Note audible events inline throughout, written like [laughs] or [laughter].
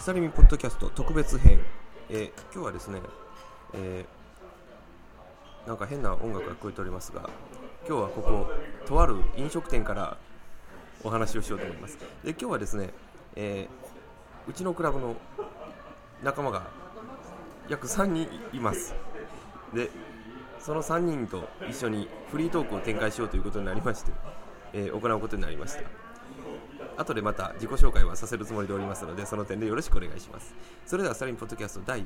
サリミポッドキャスト特別編、えー今日はですね、えーなんか変な音楽が聞こえておりますが今日はこことある飲食店からお話をしようと思いますで今日はですね、えーうちのクラブの仲間が約3人いますでその3人と一緒にフリートークを展開しようということになりまして、えー行うことになりました後でまた自己紹介はさせるつもりでおりますのでその点でよろしくお願いしますそれではサリンポッドキャスト第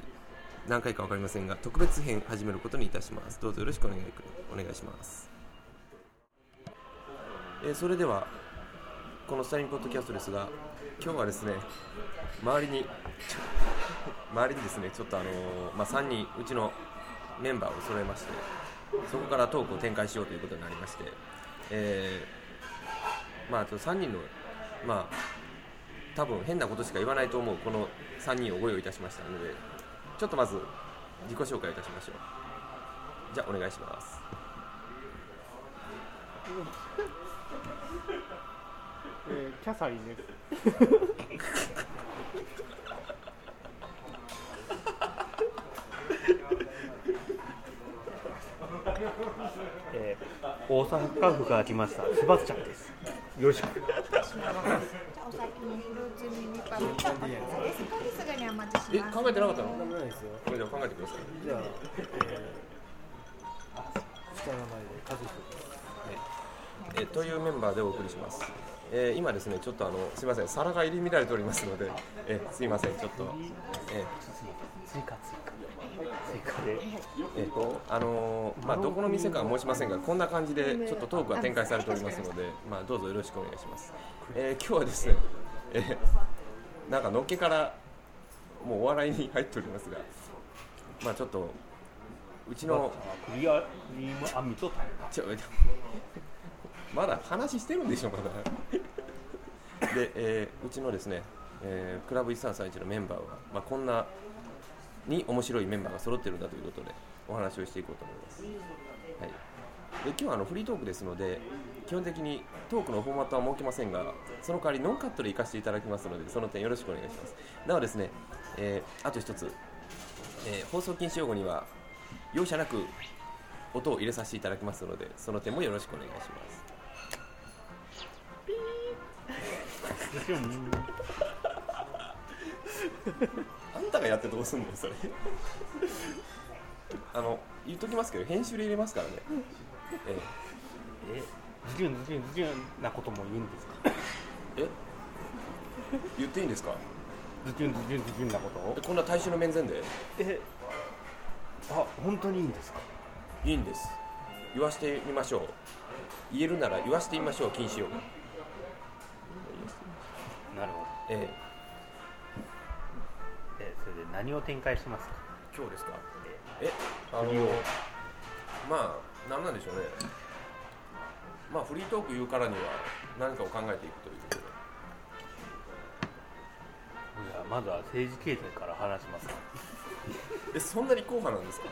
何回か分かりませんが特別編始めることにいたしますどうぞよろしくお願いくお願いします、えーそれではこのサリンポッドキャストですが今日はですね周りに [laughs] ちょ周りにですねちょっとあのーまあ、3人うちのメンバーを揃えましてそこからトークを展開しようということになりまして、えーまあ、ちょっと3人の、まあ、多分変なことしか言わないと思うこの3人をご用意いたしましたのでちょっとまず自己紹介いたしましょうじゃあお願いしますえーキャサリンです。えー大阪府から来ましたスバスチャンですよろしくお先にフルーツミニパンみたいなやつです。これすぐにお待ちしえます。考えてなかったのそんなないですよ。これでも考えてくださいじゃあ、えー、下の名前で家族えーというメンバーでお送りします、えー今ですねちょっとあのすいません皿が入り乱れておりますので、えーすいませんちょっと、え追加追加追加でーえーあのーまあどこの店かは申しませんがこんな感じでちょっとトークが展開されておりますのでまあどうぞよろしくお願いします、えー今日はですね、えーなんかのっけからもうお笑いに入っておりますがまあちょっとうちのクリアリームアミとちょ [laughs] まだ話してるんでしょまだで、えーうちのですね、えークラブ1331のメンバーは、まあ、こんなに面白いメンバーが揃ってるんだということでお話をしていこうと思います、はい、で今日はあのフリートークですので基本的にトークのフォーマットは設けませんがその代わりノーカットで行かせていただきますのでその点よろしくお願いしますなおですね、えーあと一つ、えー放送禁止用語には容赦なく音を入れさせていただきますのでその点もよろしくお願いしますあんたがやってどうすんのそれ [laughs] あの言っときますけど編集で入れますからね、ええズキュンズキュンズキュンなことも言うんですかええ言っていいんですかズキュンズキュンズキュンなことをえこんな大衆の面前でえあ本当にいいんですかいいんです言わしてみましょう言えるなら言わしてみましょう禁止用語なるほどええそれで何を展開しますかえ今日ですかえあの振りをまあ何なんでしょうねまあフリートーク言うからには何かを考えていくということでじゃあまずは政治経済から話しますかえそんなに硬派なんです [laughs] か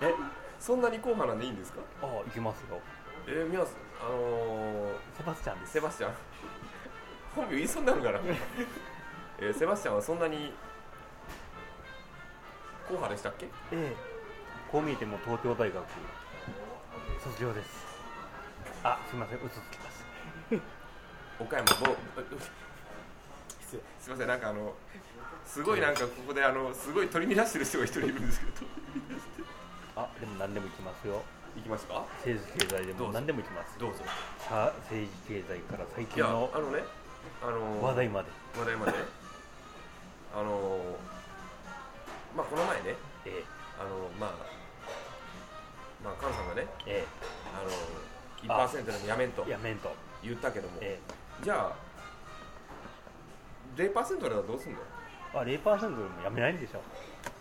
えそんなに硬派なんでいいんですかあ行きますよえー、みやすあのー、セバスチャンですセバスチャン本名言いそうになる [laughs] から、えー、セバスチャンはそんなに硬派でしたっけええこう見えても東京大学卒業ですあすいません嘘つきました岡山某すいませんなんかあのすごいなんかここであのすごい取り乱してる人が一人いるんですけどあでも何でも行きますよ行きますか政治経済でどうぞも何でも行きますどうぞさあ政治経済から最い近やあののねあのー話題まで、話題まであのー、まあこの前ねえあのまあまあ菅さんがねええあの1%でもやめんとえやめんと、言ったけどもえじゃあ0%ではどうすんのえ、あ0%でもやめないんでしょ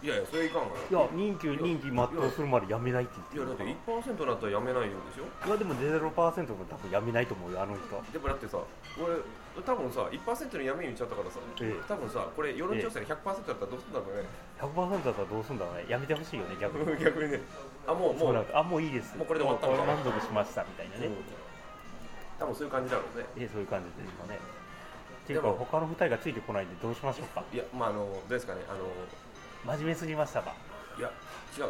いやいやそれいかんわいや任期任期全うするまでやめないってい言やってだるってからい1%だったらやめないようでしょやでも0%でも多分やめないと思うよあの人でもだってさ俺多分さ1%のやめ言っちゃったからさ、ええ多分さこれ世論調査で100%だったらどうすんだろう100%だったらどうすんだろうねやめてほしいよね [laughs] 逆にね逆にねあもうもそううなんかあもういいですもうこれで終わったみたいなもうこれ満足しましたみたいなね、うん多分そういう感じだろうねええそういう感じですよねていうかでも他の二人がついてこないんでどうしましょうかいやまああのどうですかねあの真面目すぎましたかいや違う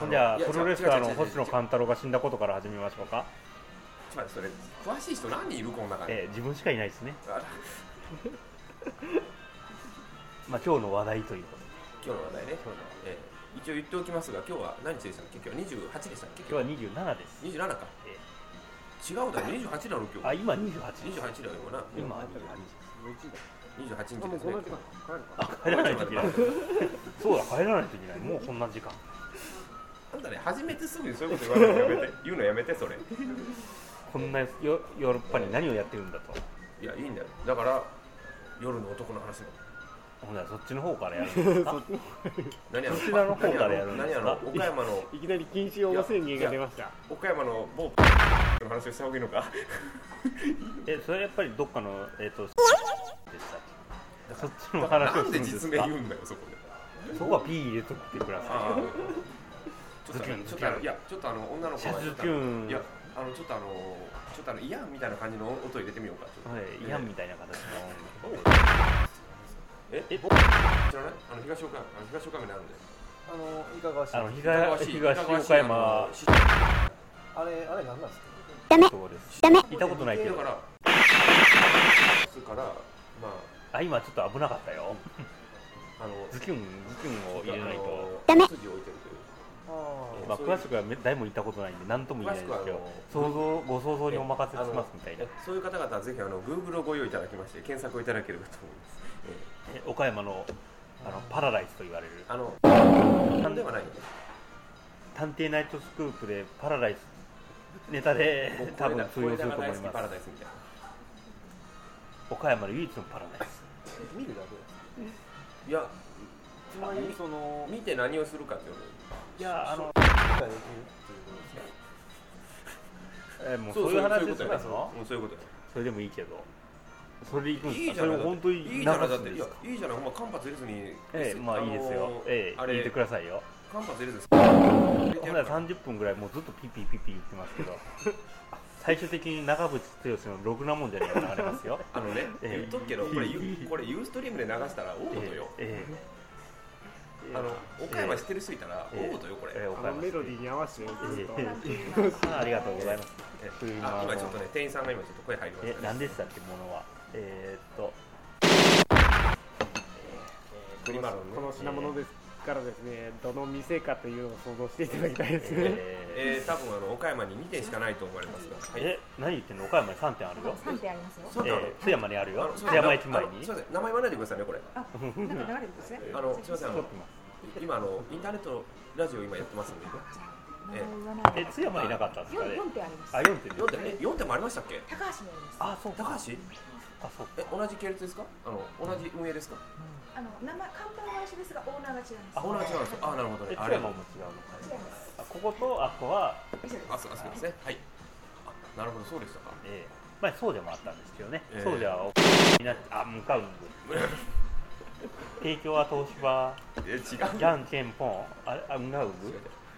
あのじゃあいやプロレスラー違のう違う違う違う星野勘太郎が死んだことから始めましょうか、ちょっと待ってそれ詳しい人何人いるこの中に、えー自分しかいないですねあらまあ今日の話題ということで今日の話題ね、えー一応言っておきますが今日は何日でしたっけ今日は28でしたっけ今日は27です27か、え違うだろ28だろ今あ日今28です28だよ今な今28 28あ日もでうすこねの時間帰るかあ帰らないといけないそうだ帰らないといけないもうこんな時間あんたね初めてすぐにそういうこと言わないのやめて言うのやめてそれいこんなヨヨーロッパに何をやってるんだとやいいんだよだから夜の男の話もほんならそっちの方からやるんです [laughs] か何あのそちらの方からやるんですか何あの何あの岡山のいきなり禁止用語宣言が出ました岡山の某 [laughs] の話をした方がいいのかえそれはやっぱりどっかのえっ、とでしたっ [laughs] けそっちのな話をんすでるんです実か名言うんだよそこでそこは P 入れとってくださああちょっとあのズキュンちょっとあのいやちょっとあの女の子がシャズキュンいやあのちょっとあのちょっとあのイヤンみたいな感じの音入れてみようかちいょっとはいイヤンみたいな形の音ええ知らないあの東岡山あの東岡山にあるんであのいかがわしいあの東東岡山知ってるあれあれなんなんですかそうです聞いたことないけだどからそれからまあ今ちょっと危なかったよああのズキュンズキュンを入れないとダメ筋を置いてるというああのまあ詳しくは誰も行ったことないんで何とも言えないですけど想像ご想像にお任せしますみたいなえそういう方々はぜひあの Google をご用意いただきまして検索をいただければと思いますえ岡山のあのパラダイスと言われるあのなんではない探偵ナイトスクープでパラダイスネタで多分通用すると思これだこれだがい大好きパまラすダイスみたいな岡山の唯一のパラダイス見るだけいやつまりその見て何をするかっていうのいやあの、理解できるっていうことですねえーもうそういう話そでういうすことかやそうんそういうことやそれでもいいけどそれでいくんいでいすじかゃそなれいも本当にいい流じゃないだすっんていですやかいいじゃないほんま間髪入れずにええまあいいですあよのーええあれ聞いてくださいよ間髪入れずにほんなら30分ぐらいもうずっとピッピッピッピッ言ってますけ [laughs] ど最終的に長渕剛の「ろくなもんじゃねえ」が流れますよあのねえ言えっとくけどこれユ [laughs] ーこれユーストリームで流したら大事よええええあの岡山知ってる人いたら大事よこれええあのメロディーに合わせてずっとえあありがとうございます。えというあまあ今ちょっとね店員さんが今ちょっと声入りましえた、ね何でしたっけ、ものは。えー、っと、クリマロンこねの品物ですからですねどの店かというのを想像していただきたいですねえーえー、多分あの岡山に2点しかないと思われますが、はい、え、何言ってんの岡山に3点あるよ。三点ありますよ。そうえなの、ー、津山にあるあよの。すいま津せん山駅前にあ。のすみません名前言わないでくださいねこれなんか流れてますね。あのすみませんあ撮っのてます今あのインターネットラジオ今やってますんで名前言わないでえ、津山いなかったんですか四ね。四点あります。あ、4点4点え4点もありましたっけ高橋にあります。あ、そう高か。橋あ、そうえ同じ系列ですかあの同じ運営ですかあの名前看板は一緒ですがオーナーが違いあます。同じなんですかあなるほどえね津あれ山も違うの違います。か。ここと、あここは、以上です。あそうあそうですねはいあなるほどそうでしたかえー、前、そうでもあったんですけどね。えーそうでは、みんな、あ、向 [laughs] かうんで。提供は東芝、え違うじゃんけんぽん、あれ、あ、向かう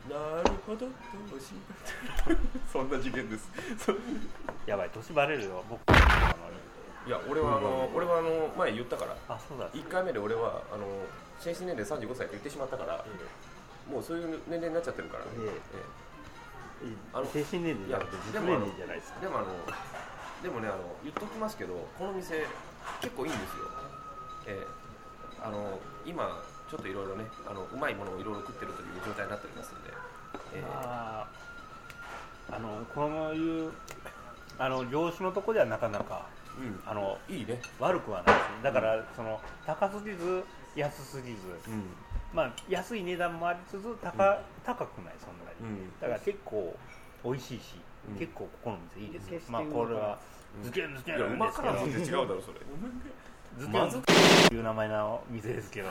なるほどどうしよう [laughs] そんな次元ですそやばい、年バレるよ、僕。あいや俺はあの俺はあの前言ったからのあ、そうだ。 1回目で俺はあの精神年齢35歳って言ってしまったからもうそういう年齢になっちゃってるから、ねえええああのの精神年齢じゃなくていやで実も年あの齢じゃないですかえでもあのでもねあの言っときますけどこの店結構いいんですよ、ええあの今ちょっといろいろねあのうまいものをいろいろ食ってるという状態になっておりますんで、ええあーあのこのいうあの業種のとこではなかなかあのうんいいね悪くはないですねだから、その高すぎず安すぎず、うんまあ、安い値段もありつつ高,、高くないそんなに、うんだから結構美味しいし、うん結構ここの店いいですよ決してまあこれはうんズキュンズキいやュうンでますけからもどって違うだろそれズキまュずンっていう名前の店で [laughs] すけど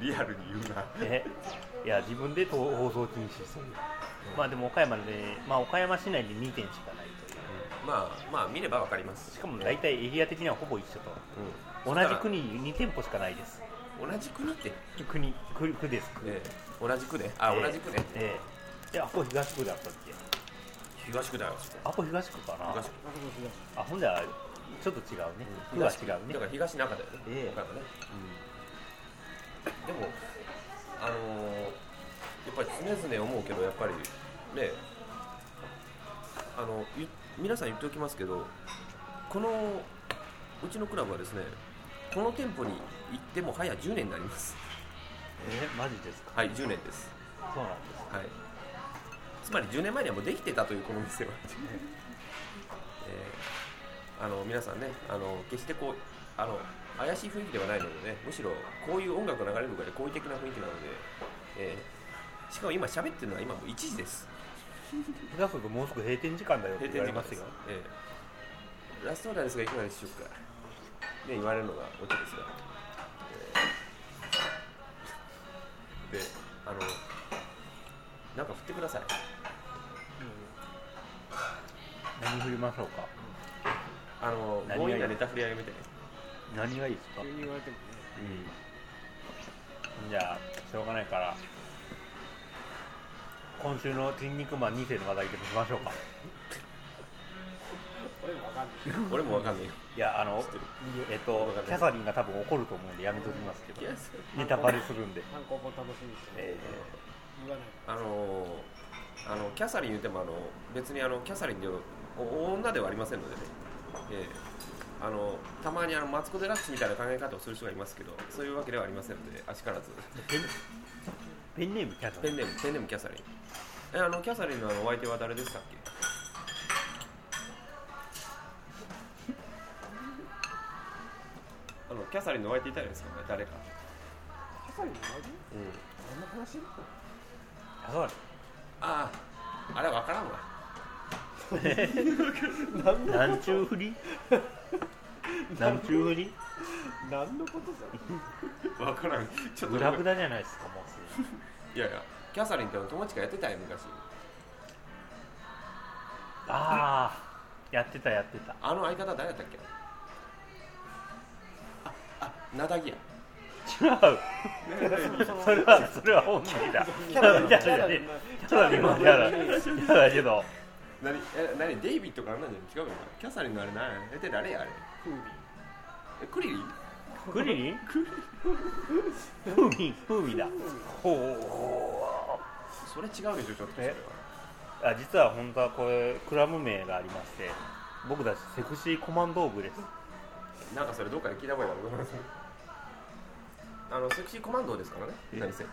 リアルに言うなえいや自分でと放送禁止してるまあでも岡山で、まあ、岡山市内で2店しかないというまあまあ見ればわかりますしかも大体エリア的にはほぼ一緒とうん同じ国に2店舗しかないです同じ国って、国区区です区ええ同じ区ねあ、同じ区ね、ええであここ東区だったっけ東区だよあここ東区かな東区あそうそうそうあほんじゃちょっと違うねうん区は違うねだから東中だよね、ええ岡山ね、でもあのーやっぱり常々思うけどやっぱりねあのゆ皆さん言っておきますけどこのうちのクラブはですねこの店舗に行っても早10年になりますえーマジですかはい10年ですそうなんですはいつまり10年前にはもうできてたというこの店は、えーあの皆さんねあの決してこうあの怪しい雰囲気ではないのでねむしろこういう音楽が流れるぐらい好意的な雰囲気なので、えーしかも今喋ってるのは今もう1時です下手するともうすぐ閉店時間だよって閉言店わ時れ間まですすよよ、ええラストオーダーですがいかがでしょうかね言われるのがオチですが、ええであのなんか振ってください何振りましょうかあの何がいい強引なネタ振り上げみたいな何がいいですか急に言われてもねじゃあしょうがないから今週の「筋肉マン2世」の話題でもしましょうか俺もわかんない俺もわかんないよ。いやあのてるえっとキャサリンが多分怒ると思うんでやめときますけどいやそうネタバレするんで参考本楽しみにしてえ言わないあのーあのキャサリン言ってもあの別にあのキャサリンでお女ではありませんのでね。ええあのたまにあのマツコ・デラックスみたいな考え方をする人がいますけどそういうわけではありませんのであしからずーペンペンネームキャサペリンンネームペンネームキャサリンえあのキャサリンのあのお相手は誰でしたっけあのキャサリンのお相手いたじゃないですかお前誰かキャサリンの相手うん何の話キャサあああれわからんわリン何ちゅう振 [laughs] り何ちゅう振り何のことじゃ [laughs] んわからんちょっとグダグダじゃないですかもうすでにいやいやキャサリンって友近やってたよ昔ああやってたやってたあの相方誰やったっけああなだぎや違うそれはそれは本命だキャサリンじゃキャサねリえンのキャサリンはキャラキャラだけど [laughs] [laughs] 何え何デイビッドかあんなんじゃない違うよなキャサリンのあれなんやえって誰やあれクーリえクリリンクリリン風味風味だほそれ違うでしょちょっとそれはえうあ実は本当はこれクラブ名がありまして僕たちセクシーコマンド部ですなんかそれどっかで聞いた覚えがあるごめんなさい [laughs] あのセクシーコマンドーですからねえ何せえ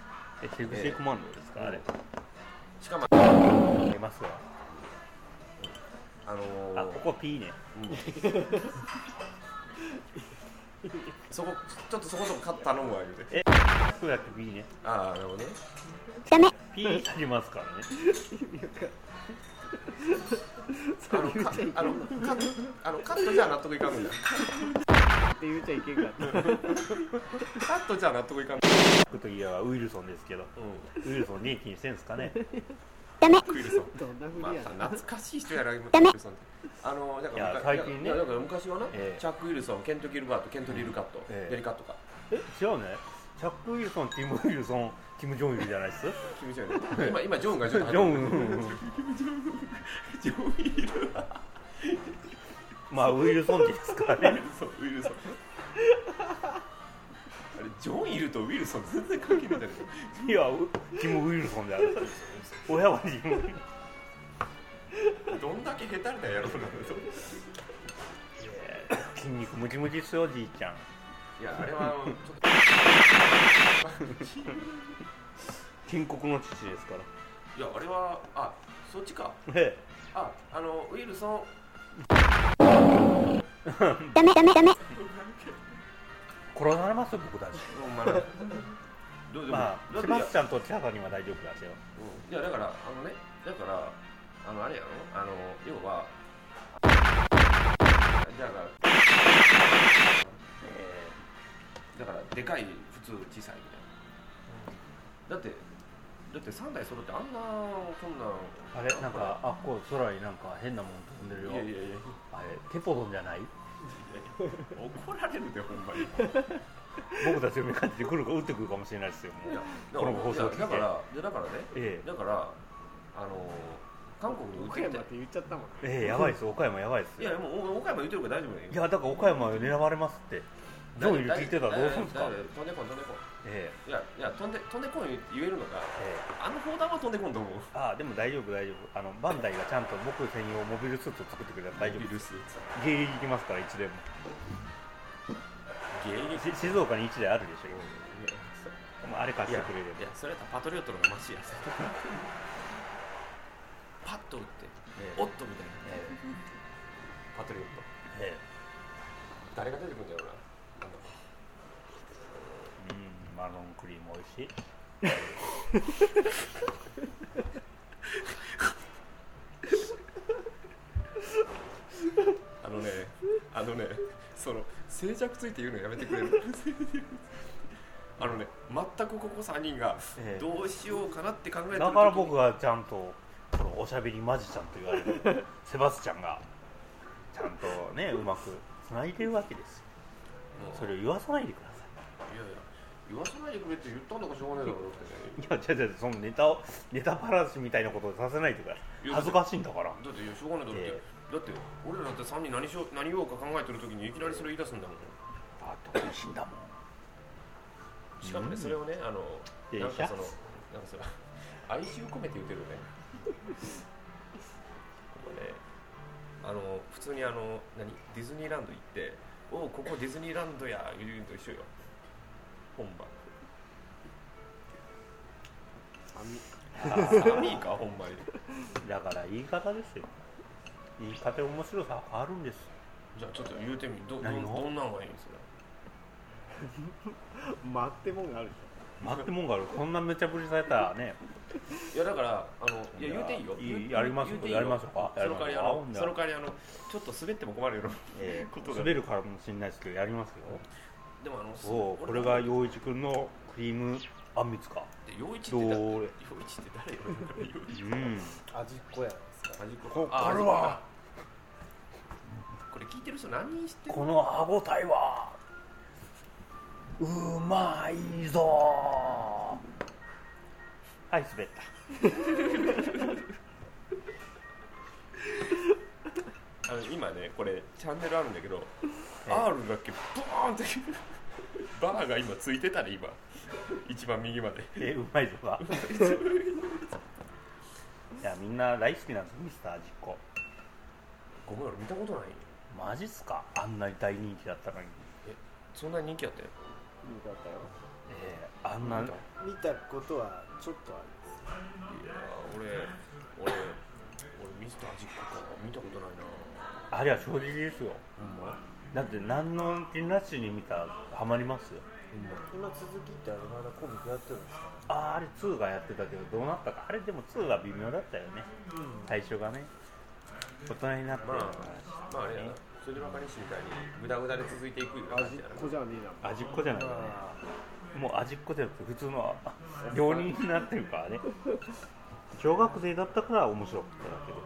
セクシーコマンドですか、あれしかもあありますわのーあここ P ねそこちょっとそこそこカット頼むわ言うてそうやって B ねああなるほどね P になりますからねあのか [laughs] あのカットあのカットじゃ納得いかんのだーって言うちゃいけんかったカットじゃ納得いかん僕といえばウィルソンですけどうウィルソン元気にしてんですかねクイルソンどんなふまうにやたな懐かしい人やな今クイルソンってあのだかいらや最近いねやだから昔はな、ええチャック・ウィルソンケント・キルバートケント・リルカット、ええデリカットかえ違うねチャック・ウィルソンティム・ウィルソンキム・ジョンイルじゃないっす君じゃない今今ジョンがちジょっとョン入うってんるうんうんジョン・ウィルまあウィルソンティですからねソンウィルソンあれジョン・イルとウィルソン全然関係ないんだけどいやウキム・ウィルソンである親はジムウィルソンどんだけ下手なやろうなんだと筋肉ムキムキっすよじいちゃんいやあれはちょっと建国の父ですからいやあれはあそっちかえああのウィルソンえ殺されますよ僕たちお前らどうでもまだあっセていやバスチャンとキャサリンは大丈夫だしようんいやだからあのねだからあのあれやろあの要はだからだからでかい普通小さいみたいなだってだって3台揃ってあんなこんなんあれなんかあっこう空になんか変なもん飛んでるよいやいやいやいやあれテポドンじゃない怒られるでほんまに [laughs] 僕たちを目がってくるか撃ってくるかもしれないですよもいうやだこの放送を聞いていやだからいやだからねええだからあの韓国の売ってみた岡い山って言っちゃったもんねええやばいです岡山やばいですいやもうお岡山言ってるから大丈夫だよいやだから岡山狙われますってどういう聞いてたらどうするんですか大丈夫飛んでこん飛んでこんえいやいや飛んで飛んでこん言えるのかええあの砲弾は飛んでこんと思うえああでも大丈夫大丈夫あのバンダイがちゃんと僕専用モビルスーツを作ってくれたら大丈夫ビルスー迎撃行きますからいつでもツ芸人し静岡に1台あるでしょ、まあ、あれ貸いしてやくれれいばやそれやったらパトリオットの方がマシ [laughs] やパッと打ってええおっとみたいなえパトリオットええ誰が出てくるんだろうなえうんマロンクリーム美味しいあのね、あのね、その静寂ついて言うのやめてくれ [laughs] る。あのね、全くここ三人がええどうしようかなって考えてる時にだから僕がちゃんとこのおしゃべりマジシャンと言われ [laughs] るセバスチャンがちゃんとねうまくつないでるわけですよもうそれを言わさないでくださいやいや、言わさないでくれって言ったんだからしょうがないだろうだってね。いいや違う違うそのネタをネタばらしみたいなことをさせないでくださいいや恥ずかしいんだからだっていやしょうがないだろうって、えだって俺らだって三人何しよう何言おうか考えてる時にいきなりそれ言い出すんだもん。あって美味しいんだもんしかもね、うんそれをね、あのいやなんかそのいなんかその [laughs] 哀愁込めて言ってるよね。これねあの普通にあの何ディズニーランド行って、おうここディズニーランドや言うのと一緒よ。本番。寒い。寒い [laughs] かほんまに。だから言い方ですよ言い方面白さあるんですじゃあちょっと言うてみどど何をどんなんがいいんですか。待ってもんがあるで待ってもんがあるこんなめちゃぶりされたらねいやだからあのいや言うていいよ。いい言うやります言うていいやりましょうかその代わりあやりのましょうかその代わりあのちょっと滑っても困るよ。ええことが滑るかもしれないですけどやりますよでもあのそおうこれが陽一くんのクリームあんみつか陽一ってど誰陽れ一って誰よ陽一うん味っこやないですか端っここあこれは端っこかこれ聞いてる人何人知ってるこの歯ごたえはうまいぞはい滑ったあの今ねこれチャンネルあるんだけどえ R だけボーンってバーが今ついてたね今一番右までえうまいぞがいやみんな大好きなんですよミスター味っ子ごめん俺見たことないマジっすかあんなに大人気だったのに、そんな人気やったよえーあんな見たことはちょっとありますいやー俺俺俺ミスター味っ子か見たことないなあれは正直ですよほんまだって何の気なしに見たらハマりますよ今続きってあれまだコミックやってるんですかあーあれ2がやってたけどどうなったかあれでも2が微妙だったよね最初がね大人になってまあまああれやなそればかりしみたいにグダグダで続いていくような感じやなここじゃねえな味っ子じゃないよねもう味っ子じゃなくて普通のあ料理人になってるからね小学生だったから面白かっただけど、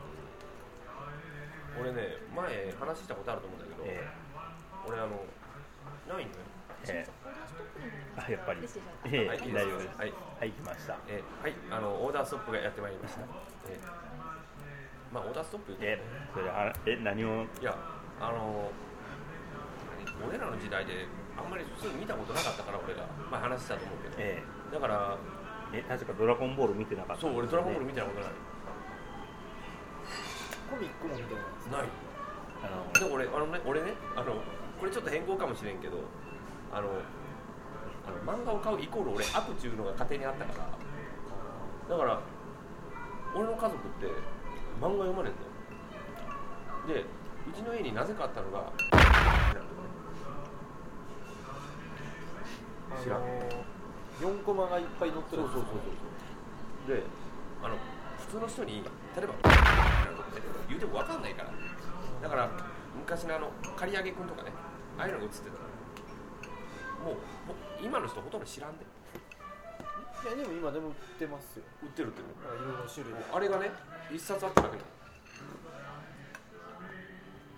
俺ね前話したことあると思うんだけど、え俺あのないのよーえーあやっぱり、えはいー、大丈夫ですはいはい来ましたえーはいあのオーダーストップがやってまいりました、えーまあオーダーストップ言うえーそれあえ何をいやあの何俺らの時代であんまり普通に見たことなかったから俺がまあ話したと思うけど、えだからーえ確かドラゴンボール見てなかったそう俺ドラゴンボール見見たことないコミックも見てないんですないあので俺あのね俺ねあのこれちょっと変更かもしれんけどあのあの漫画を買うイコール俺悪っちゅうのが家庭にあったからだから俺の家族って漫画読まれんだよでうちの家になぜかあったのが知らん4コマがいっぱい載ってるんですよであの普通の人に例えば言うても分かんないからだから昔のあの刈り上げ君とかねああいうのが映ってたのもうほ今の人ほとんど知らんでいやでも今でも売ってますよ売ってる売ってるいろいろ種類あれがね一冊あっただけだ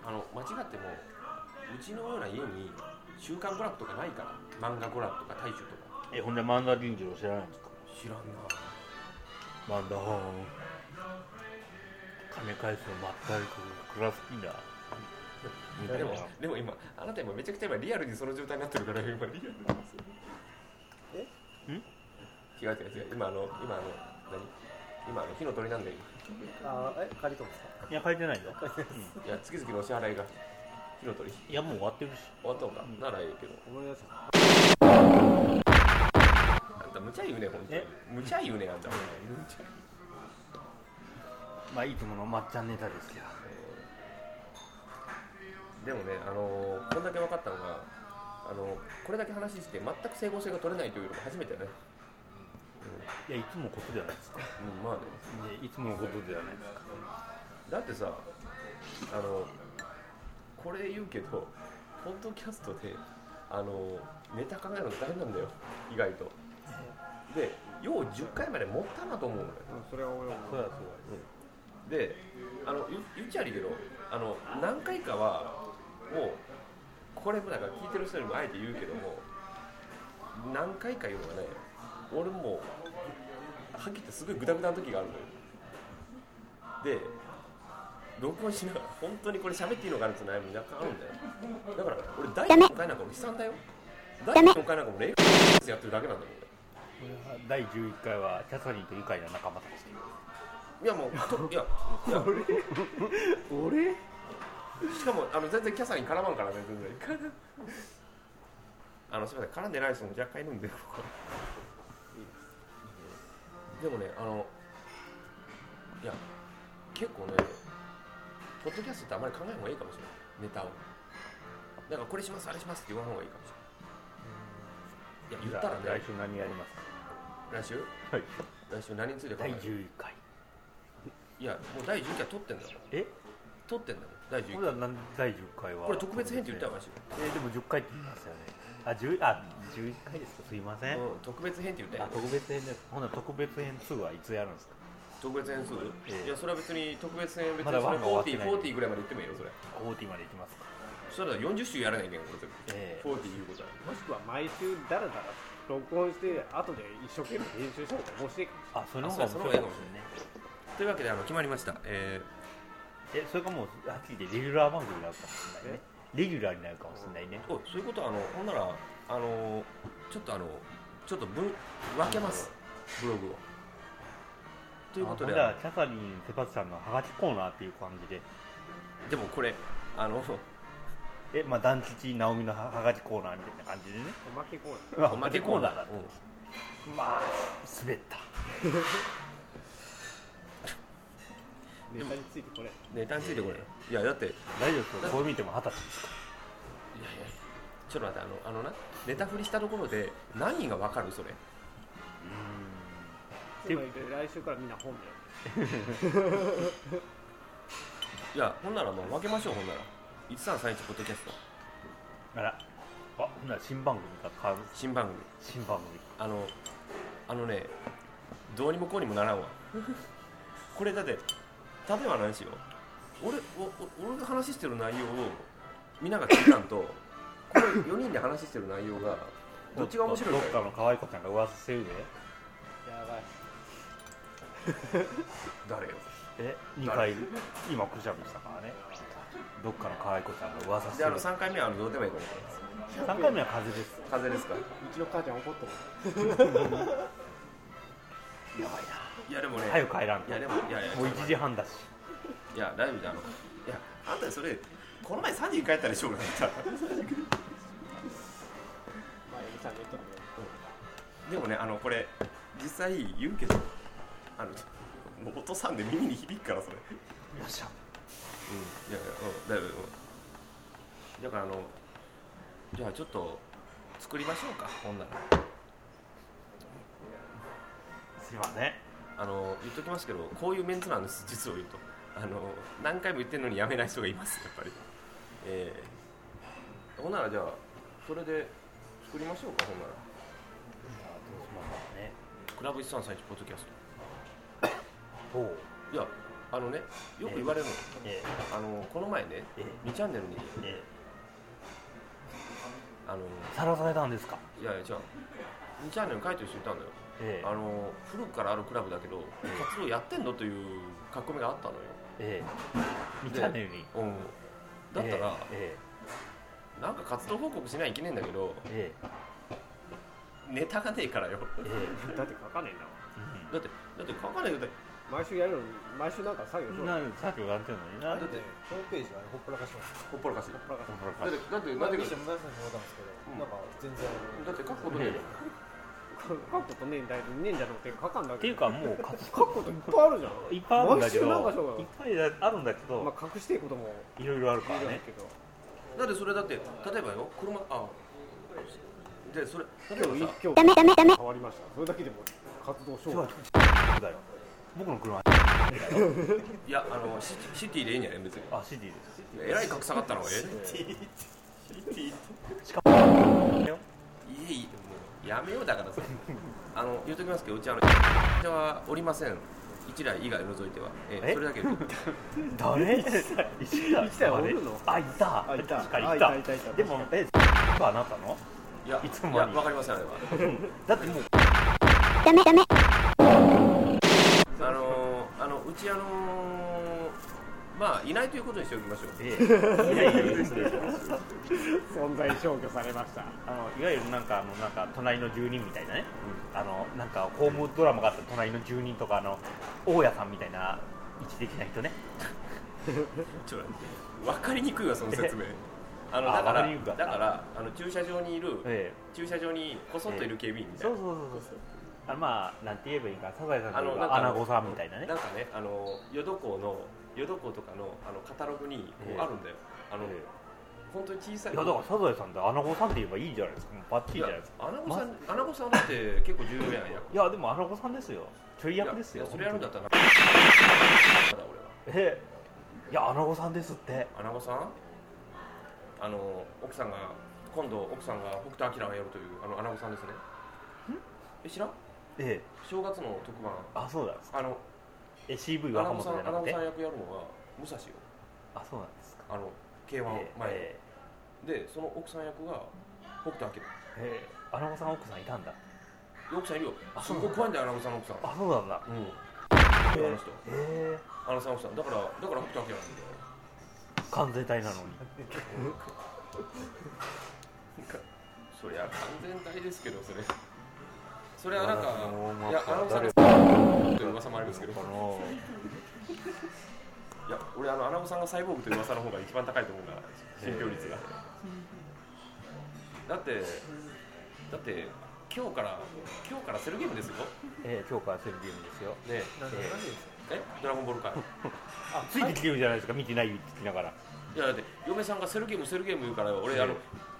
あの間違ってもうちのような家に「週刊娯楽」とかないから漫画娯楽とか大衆とかえほんで漫画銀次郎知らないんですか知らんなマンダーン金返すのまったりくるクラスピーナみたいでなもでも今あなた今めちゃくちゃ今リアルにその状態になってるから今リアルなんですよえん違う違う違う今あの今あの何今あの火の鳥なんだよあーえ借りとんですかいや書いてないよ、今いや月々のお支払いが火の鳥終うん [laughs] いやもう終わってるしわったのか、ならええけど思い出したあんた無茶言うね本当にえ無茶言うねあんたまあいつものまっちゃんネタですよでもねあのこんだけ分かったのがあのこれだけ話して全く整合性が取れないというのが初めてだねいやいつものことじゃないですか、ね、うんまあねいつものことじゃないですかだってさあのこれ言うけどポッドキャストであのネタ考えるの大変なんだよ意外とでよう10回まで持ったなと思うのようんそれは俺もそうだそうであの言言っちゃあるけどあの何回かはもうこれもなんか聞いてる人にもあえて言うけども何回か言うのがね俺もうはっきり言ってすごいグダグダな時があるのよで録音しながら本当にこれ喋っていいのかなって悩みなかあるんだよだから俺第4回なんか俺悲惨だよ第4回なんかもう0回やってるだけなんだもんだ第11回はキャサリンと愉快な仲間たちいやもうといやいや俺しかもあの全然キャサリン絡まんからね全然あのすみません絡んでない人も若干いるんでここでもねあのいや結構ねポッドキャストってあまり考えん方がいいかもしれないネタをなんかこれしますあれしますって言わん方がいいかもしれないいや言ったら来ね週何やりますか来週はい来週何について考え第る11回いやもう第11回撮ってんだもんえ撮ってんだもん第11こ回れは何第10回はこれ特別編って言ったらおかしいえーでも10回って言いましたよねあ10あ11回ですかすいません、よ、うん、特別編って言ったあよ特別編ですほな特別編2はいつやるんですか特別編数、えいえやそれは別に特別編別まにだそれワンが終わって40、ない40ぐらいまで行ってもいいよそれ40までいきますかそれだ40週やらないけん俺全部ええ40いうことはもしくは毎週ダラダラ録音して後で一生懸命編集した方が面白いかもあそれの方が面白いかもしれないねというわけであの決まりましたええそれかもうはっきり言ってレギュラー番組になるかもしれないねレギュラーになるかもしれないねー、おそういうことはあのほんならあのちょっとあのちょっと分分けますブログをということあでほんならキャサリン・セパスチャンのハガキコーナーっていう感じででもこれあのえまあ団吉直美のハガキコーナーみたいな感じでねおまけコーナーまあおハまガキけココーーナナーーだだとうんまあ滑ったネタについてこれネタについてこれいやだっていやいや大丈夫ですよこう見ても二十歳ちょっと待ってあのあのなネタ振りしたところで何人が分かるそれつまり来週からみんな本だよいやほんならもう分けましょうほんなら1331ポッドキャストあらあほんなら新番組が変わる新番組新番組あのあのねどうにもこうにもならんわこれだって例えば何しよう俺おお俺が話してる内容をみんなが聞いたんとこれ4人で話してる内容がどっちが面白いどかっかの可愛い子ちゃんが噂してるでやばい誰よえ二回今くしゃみしたからねどっかの可愛い子ちゃんが噂してであるの3回目はあのどうでもいいかも3回目は風邪です風邪ですかうちの母ちゃん怒ってるやばいいやでもねな早く帰らんいとやでもいやいやもう1時半だしいやライブであのいやあんたそれこの前3時に帰ったでしょうがないまあエビちゃん言っとるけどでもねあのこれ実際言うけどあのもう落とさんで耳に響くからそれうんよっしゃいやいやうんだいぶうんだからあのじゃあちょっと作りましょうかほんならすいませんあの言っときますけどこういうメンツなんです実を言うとあの何回も言ってるのにやめない人がいますやっぱりええほんならじゃあそれで作りましょうかほんならあどうしましょうかねクラブ一三三一ポッドキャスおうトいやあのねよく言われるの、えあのこの前ねえ2チャンネルにええあのえさらされたんですかいやいやじゃあ2チャンネルに書いてる人いたんだよええあの古くからあるクラブだけど活動やってんのという書き込みがあったのよええ見たねにうん、だったら、えなんか活動報告しないといけないんだけどええネタがねえからよええええだって書かねえんだもだってだって書かないとだってん毎週やるのに毎週なんか作業しろうんなる作業があってんのにだなってホームページはねほっぽらかしますほっぽらかしいほっぽらかしほらだっかしてだってだって見せてもらったんですけうんどなんか全然だって書くことねえよ書くことねえんだよねえんじゃろうって書かんだっけていうどかもう活書くこといっぱいあるじゃんいっぱいあるんだけど毎週なんかそうだよいっぱいあるんだけど、まあ隠していこともいろいろあいるからるんだねけどだってそれだって例えばよ車あでそれ例えばさ今日ダメダメダメ変わりましたそれだけでも活動しようだよ僕の車いやあのシテシティでいいんじゃない別にあ CD ですえらい格差があったのがええいえいえもうやめようだからさあの言うときますけどうちあの車はおりません一台以外除いてはええそ [laughs] れだけ言うと誰石田石田はおるのあいたあいた確かにあいいたたいたいたでもえがあなたのいやいつもにいやわかりませんあれはだってもうあのーあのうちあのーまあいないということにしておきましょうええいやいやいや存在消去されましたあのいわゆるなんかあのなんか隣の住人みたいなね、あのなんかホームドラマがあった隣の住人とかあの大家さんみたいな位置的な人ねちょっと待ってわかりにくいわその説明あのだかわからりにくかっただからあの駐車場にいる、え駐車場にこそっといる警備員みえたいそなう、そうそうそうあまあなんて言えばいいかサザエさんとあのなんかかアナゴさんみたいなねなんかねあの淀港の淀港とかのあのカタログにええあるんだよ、あの、え本当に小さいいやだからサザエさんってアナゴさんって言えばいいじゃないですかもうバッチリじゃないですかアナゴさん、アナゴさんだって結構重要やん役いやでもアナゴさんですよちょい役ですよいやそれやるんだったらただ俺はええいやアナゴさんですってアナゴさんあの奥さんが今度奥さんが北斗晶がやるというあのアナゴさんですねえ知らんええ正月の特番あそうなんですあのえ CV アナ若本ゴじさんアゃナなくゴてさん役やるのは武蔵よあそうなんですかあの K1 前えええでその奥さん役が北斗晶えええアナゴさん奥さんいたんだで奥さんいるよあすっごい怖いんだよアナゴさんの奥さんあそうなんだうんええあの人えアナゴさんの奥さんだからだから北斗晶なんだよえ完全体なのにそりゃ完全体ですけどそれそれはなんあのかまあいやアナゴさん誰がという噂もありますけどいあやの俺あのアナゴさんがサイボーグという噂の方が一番高いと思うから信憑率がだってだって今日から今日からセルゲームですよええ今日からセルビウムですよねなんでええなんでですえドラゴンボールかついてきてるじゃないですか見てないって聞きながらいやだって嫁さんがセルゲームセルゲーム言うからよ俺あのえ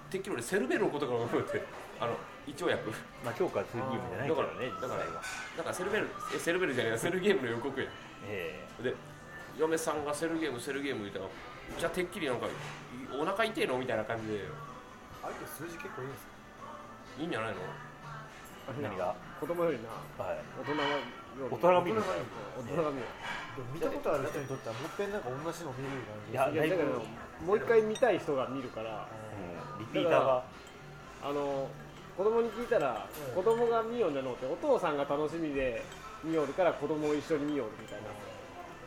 てっきり俺セルベロのことかと思ってあの一応役まあ今日からセルビウムじゃないからねだ実際からはだからセルベルえセルベルじゃないセルゲームの予告やえで嫁さんがセルゲームセルゲーム言ったらじゃあてっきりなんかいお腹痛いのみたいな感じでかあれって数字結構いいんですかいいんじゃないのあれな何が子供よりなはい大人より大人が見るんだよ大人が見るでも見たことある人にとってはもう一遍なんか同じの見れる感じいやいやだけどもう一回見たい人が見るからうんリピーターがあの子供に聞いたら、うん子供が見ようじゃのうってお父さんが楽しみで見よるから子供を一緒に見よるみたいな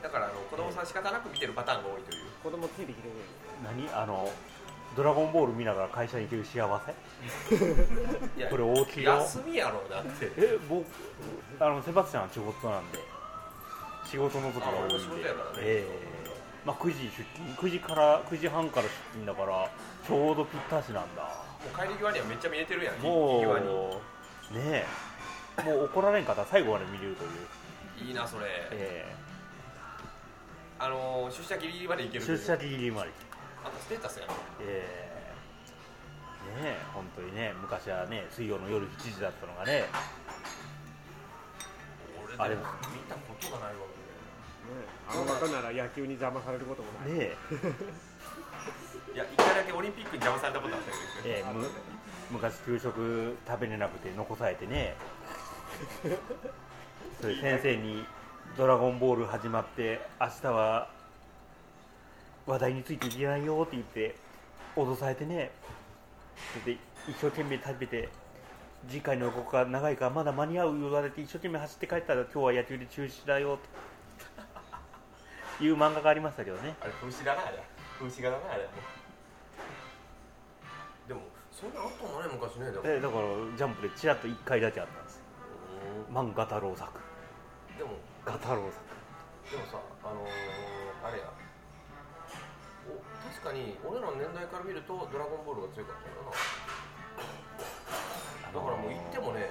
だからあの子供さん仕方なく見てるパターンが多いという子供ついてきてくれる何あのドラゴンボール見ながら会社に行ける幸せいやこれ大きいよ休みやろだってえ僕あのセバスチャンは仕事なんで仕事のことが多いんであ俺も仕事やからねええまあ、9時出勤9時から9時半から出勤だからちょうどぴったしなんだもう帰り際にはめっちゃ見えてるやんも際にうねえもう怒られんかったら最後まで見れるという、いいなそれ、えあのー出社ギリギリまで行けえるとい出う社ギリギリまであとステータスやんええねえ本当にね昔はね水曜の夜7時だったのがね俺あでれも見たことがないわ俺ねあの中なら野球に邪魔されることもない、ねえいや一回だけオリンピックに邪魔されたことあったけど、ええむ昔給食食べれなくて残されてね [laughs] それ先生に「ドラゴンボール」始まって明日は話題についていけないよって言って脅されてねそれで一生懸命食べて次回の予告が長いからまだ間に合う言われて一生懸命走って帰ったら今日は野球で中止だよという漫画がありましたけどねあれ風刺だなあれ風刺画だなあれもでもそんなあったんだね昔ねでもでだからジャンプでちらっと1回だけあったんですよう漫画太郎作んでも画太郎で作もさあのー、あれやお確かに俺らの年代から見ると「ドラゴンボール」が強かったよなだからもう行ってもね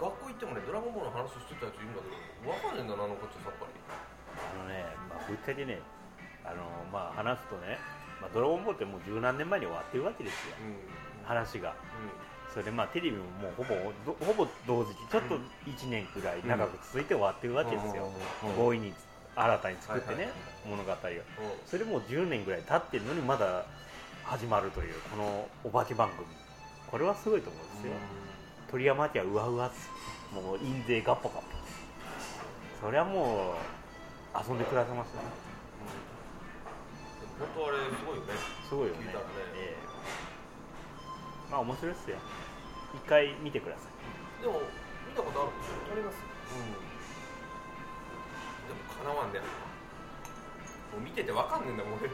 学校行ってもね「ドラゴンボール」の話してたやついるんだけどわかんねえんだなあのこっちさっぱりあのね、まあ、ぶっちゃけね、あのまあ、話すとね、まあ、ドラゴンボールってもう十何年前に終わってるわけですよ、うん話が。うんそれでまあテレビももうほぼどほぼ同時期、ちょっとうん1年くらい長く続いて終わってるわけですよ、うん強引に新たに作ってね、はいはい物語が。それもう10年ぐらい経ってるのに、まだ始まるという、このお化け番組、これはすごいと思うんですよ。鳥山家はうわうわっすもう印税ガッポガッポそりゃもう遊んで暮らせますね本当あれすごいよねすごいよね聞いたらねええまあ面白いっすよ一回見てくださでも見たことあるありますでもかなわんねやもう見ててわかんねえんだもん俺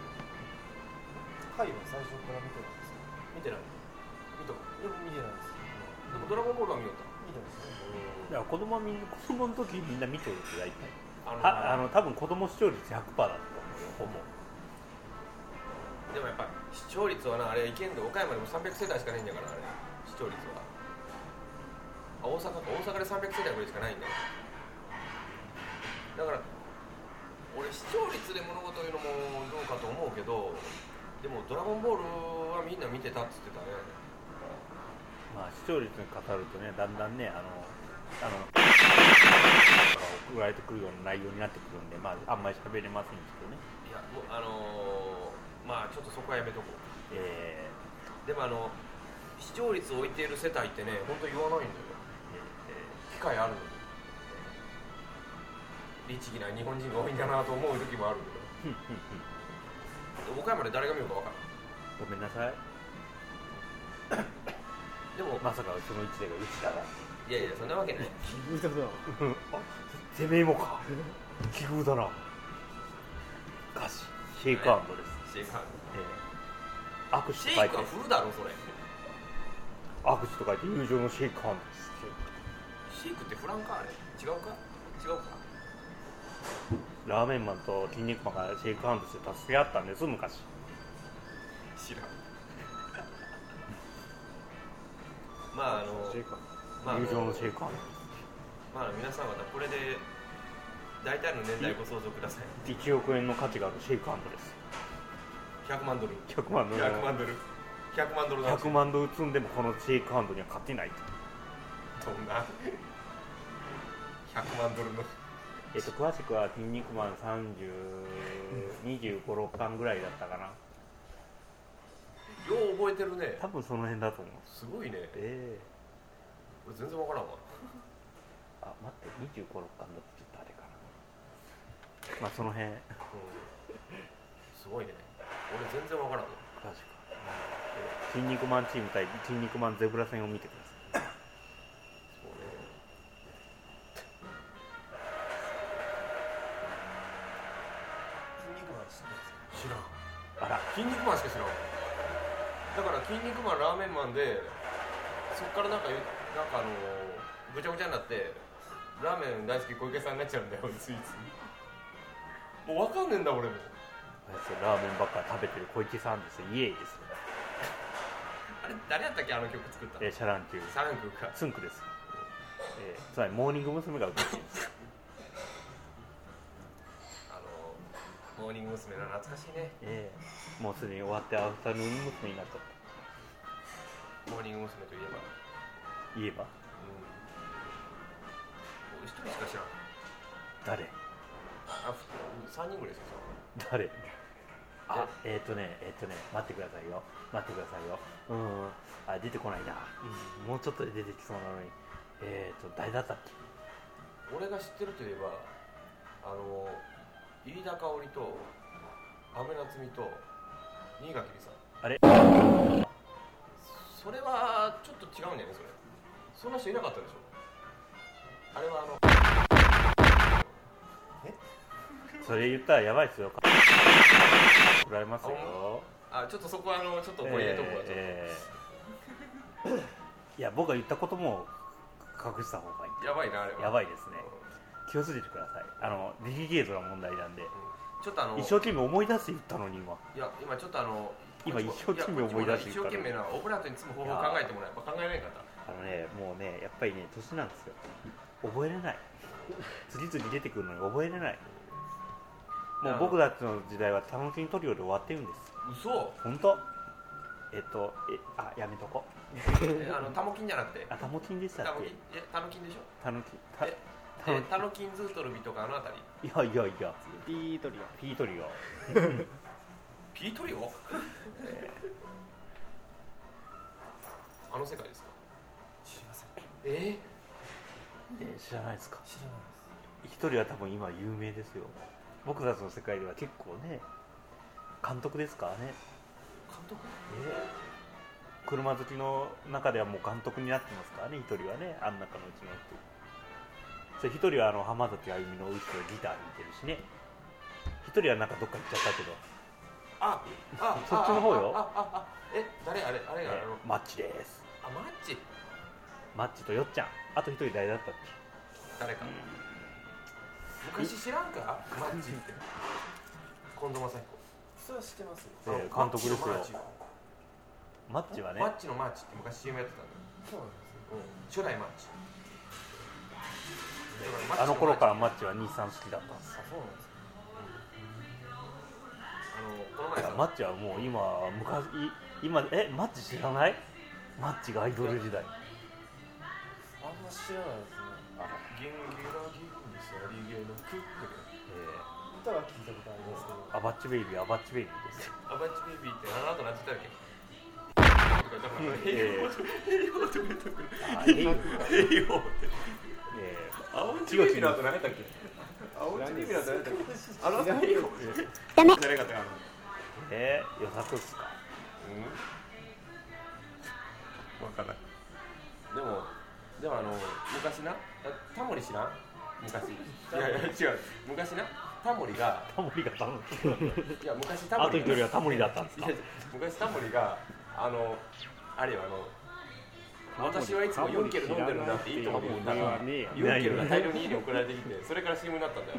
回は最初から見てないです見てない見たことよく見てないですでもドラゴンボールは見よった見てないだいですねから子供はみんな子供の時みんな見てるって大体あのはあの多分子供視聴率100%だったと思うよほぼでもやっぱ視聴率はなあれいけんで岡山でも300世帯しかないんだからあれ視聴率はあ大阪か大阪で300世帯ぐらいしかないんだよだから俺視聴率で物事を言うのもどうかと思うけどでも「ドラゴンボール」はみんな見てたっつってたねまあ視聴率に語るとねだんだんねあのあの送られてくるような内容になってくるんで、まあ、あんまり喋れませんけどねいやもうあのーまあちょっとそこはやめとこうえーでもあの視聴率を置いている世帯ってね本当言わないんだよ機会あるのに律儀な日本人が多いんだなと思う時もあるけど岡山で誰が見ようか分からんごめんなさいでも、まさかその一年がうちだがいやいやそんなわけない聞いたなてめえも [laughs] か奇遇だな歌詞シェイクアンドです、シェイクハンえー握ドシ手ェと書イいクては振るだろそれ握手と書いて友情のシェイクアンドですシェイクって振らんかあれ違うか違うかラーメンマンと筋肉マンがシェイクハンドして助け合ったんです昔知 [laughs] らんまああのシェイカーまああ友情ののシェイクハンドでまあ皆さんまたこれで大体の年代ご想像くださいす1億円の価値があるシェイクハンドです100万ドル100万の100万ドル100万ドルなんです100よ万ドル積んでもこのシェイクハンドには勝てないと、どんな100万ドルのえっと、詳しくは筋肉マン3025、6巻ぐらいだったかなよう覚えてるね多分その辺だと思うんですすごいねえ俺全然わからんわー、あ待って2 5 6巻だって誰かなまあその辺詳すごいね俺全然わからんわしく「筋肉マンチーム対筋肉マンゼブラ戦」を見てくださそうね筋肉マン知ってます知らんいあら筋肉マンしか知らんだから「筋肉マンラーメンマンで」そっからなんかよなんかあのーぐちゃぐちゃになってラーメン大好き小池さんになっちゃうんだよついついもうわかんねえんだ俺もラーメンばっか食べてる小池さんですよイエーイですよあれ誰やったっけあの曲作ったえーシャランキューサランクかツンクです、えー、つまりモーニング娘。が歌ってるんですあのモーニング娘。の懐かしいねえー、もうすでに終わってアフタヌーン娘になっちゃっモーニング娘。といえばた言えばうん俺一人しか知らん誰あふ三人ぐらいしか知らん誰あえっ、とねえっ、とね待ってくださいよ待ってくださいようーんあ出てこないな、もうちょっとで出てきそうなのにえっ、と誰だったっけ俺が知ってるといえばあの飯田香織と安倍夏実と新垣結衣さんあれそれはちょっと違うんじゃないそれそんな人いなかったでしょあれはあのえそれ言ったらやばいですよ怒られますよあちょっとそこはあのちょっとこれ入れとこうか、ちょっとえーえーいや僕が言ったことも隠した方がいいやばいなあれはやばいですね気をつけてくださいあの力ゲートが問題なんでちょっとあの一生懸命思い出して言ったのに今いや今ちょっとあの今こっちも一生懸命思い出してやこっちも一生懸命なオブラートに包む方法を考えてもらえば考えない方あのねもうねやっぱりね年なんですよ覚えれない次々出てくるのに覚えれないもう僕たちの時代は楽しみトリオで終わってるんです嘘本当えっとえあやめとこえあのタモキンじゃなくてあタモキンでしたっタモキンけえタノキンでしょタヌキタえタヌえタノキンズートルビとかあのあたりキいやいやいやピートリピートリオピートリオあの世界ですか知りませんええ知らないですか知らないです一人は多分今有名ですよ僕たちの世界では結構ね監督ですからね監督車好きの中ではもう監督になってますからね一人はねあん中のうちの一人それ一人はあの浜崎あゆみの後ろでギター弾いてるしね一人はなんかどっか行っちゃったけどああそっちの方よああああえ誰あれあれがあのえマッチですあマッチマッチとよっちゃんあと一人誰だったっ誰か昔知らんかマッチって近藤真彦それは知ってますよけ、えーあ監督ですマッチよマッチはねマッチのマーチって昔 CM やってたんだよ、そうなんです初よ代マーチあの頃からマッチッチは日産好きだったんですあそうなんですよあのこの前さだからマッチはもう今昔い今えマッチ知らないマッチがアイドル時代あんま知らないですゲねンゲラギンですよリゲのクックえ歌は聞いたことありますけどーアバッチベイビーアバッチベイビーですよアバッチベイビーってあの後なんて言ったっけとかだから [laughs] 英え語 [laughs] と英語とか言ったくあえいよれ英語ってえ青チベイビーの後何やったっけ青オチベイビーの後何やったっけああの後英語じゃなかったかなーえー、よさこっすかうん分からないでもでもあの昔なタモリ知らん昔いやいや違う昔なタモリがタモリがタモリいや昔タモあリとが一人はタモリだったんですいかや昔タモリがあのあれよあの私はいつもユンケル飲んでるんだっていいとこに言ったらタモリ知らないって言うユわンケルが大量に家に送られてきてそれから CM になったんだよ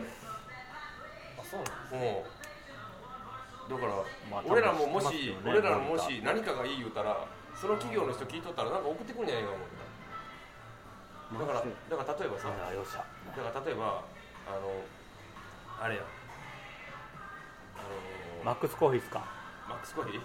そうなんですもうだから、まあ俺らもも多分知し、ってますよね俺らももし何かがいい言うたらその企業の人聞いとったらなんか送ってくるんじゃないかオ思うだからマジでだから例えばさああよっしゃだから例えばあのあれやあのマックスコーヒーっすかマックスコーヒー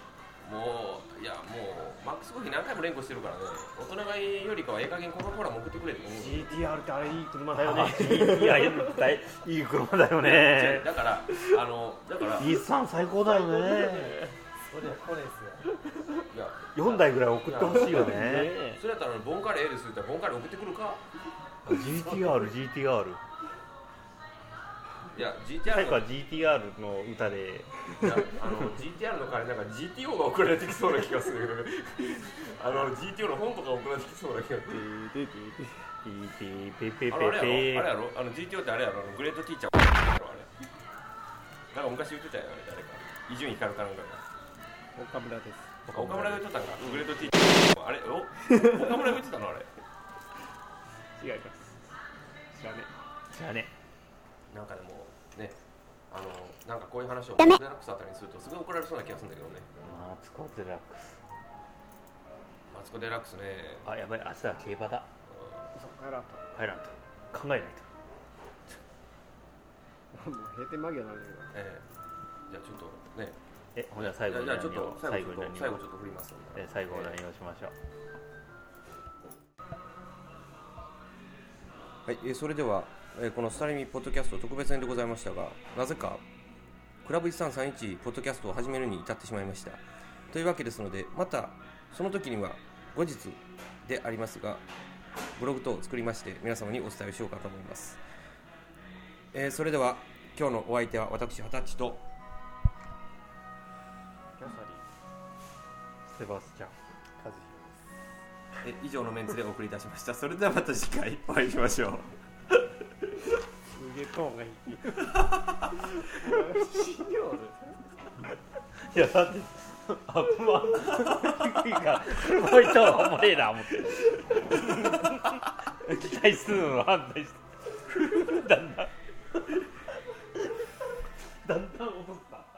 もういやもうマックスコーヒー何回も連呼してるからね大人買いよりかはええ加減コカ・コーラも送ってくれって思う GTR ってあれいい車だよねあーいやいや大いい車だよ違ねうだからあのだからい日産最高だよねそれこれですよや4台ぐらい送ってほしいよねそれやったらボンカレーええですって言ったらボンカレー送ってくるか GTRGTR いや最 GTR 後のは GTR の歌いでやあの GTR の代わりなんか GTO が送られてきそうな気がするあの GTO の本とか送られてきそうな気がするでででピーピーペあペペのあれやろあれやろあのペ GTO ってあれやろあのグレートティーチャーやろあれなんか昔言ってたよあれ誰か伊集院光かなんかが岡村です岡村が言ってたんか、グレートティーチャー。あれ、お、岡村が言ってたの、あれ。違います知らねじゃあねなんかでも、ね、あの、なんかこういう話を、デラックスあたりにすると、すごい怒られそうな気がするんだけどね。マツコ・デラックスマツコデラックスね、あやばい明日は競馬だそっから入らんと考えないとともう閉店間際なんだけどええ、じゃあちょっと、ね、えほんじゃ最後にじゃあ何ちょっをと、最後ちょっ何と、を最後ちょっと振ります。え最後何をしましょうはい、えーそれでは、えーこのスタリミポッドキャスト特別編でございましたが、なぜか、クラブ1331ポッドキャストを始めるに至ってしまいました。というわけですので、また、その時には、後日でありますが、ブログ等を作りまして、皆様にお伝えをしようかと思います。えーそれでは、今日のお相手は私、二十歳と、キャサリンセバスチャン和弘えー以上のメンツでお送りいたしました。それではまた次回お会いしましょう。すげえでトーンがいいいやだってあまあ低いから黒いとはおもれえな思って期待するのを反対してだんだんだんだん落とった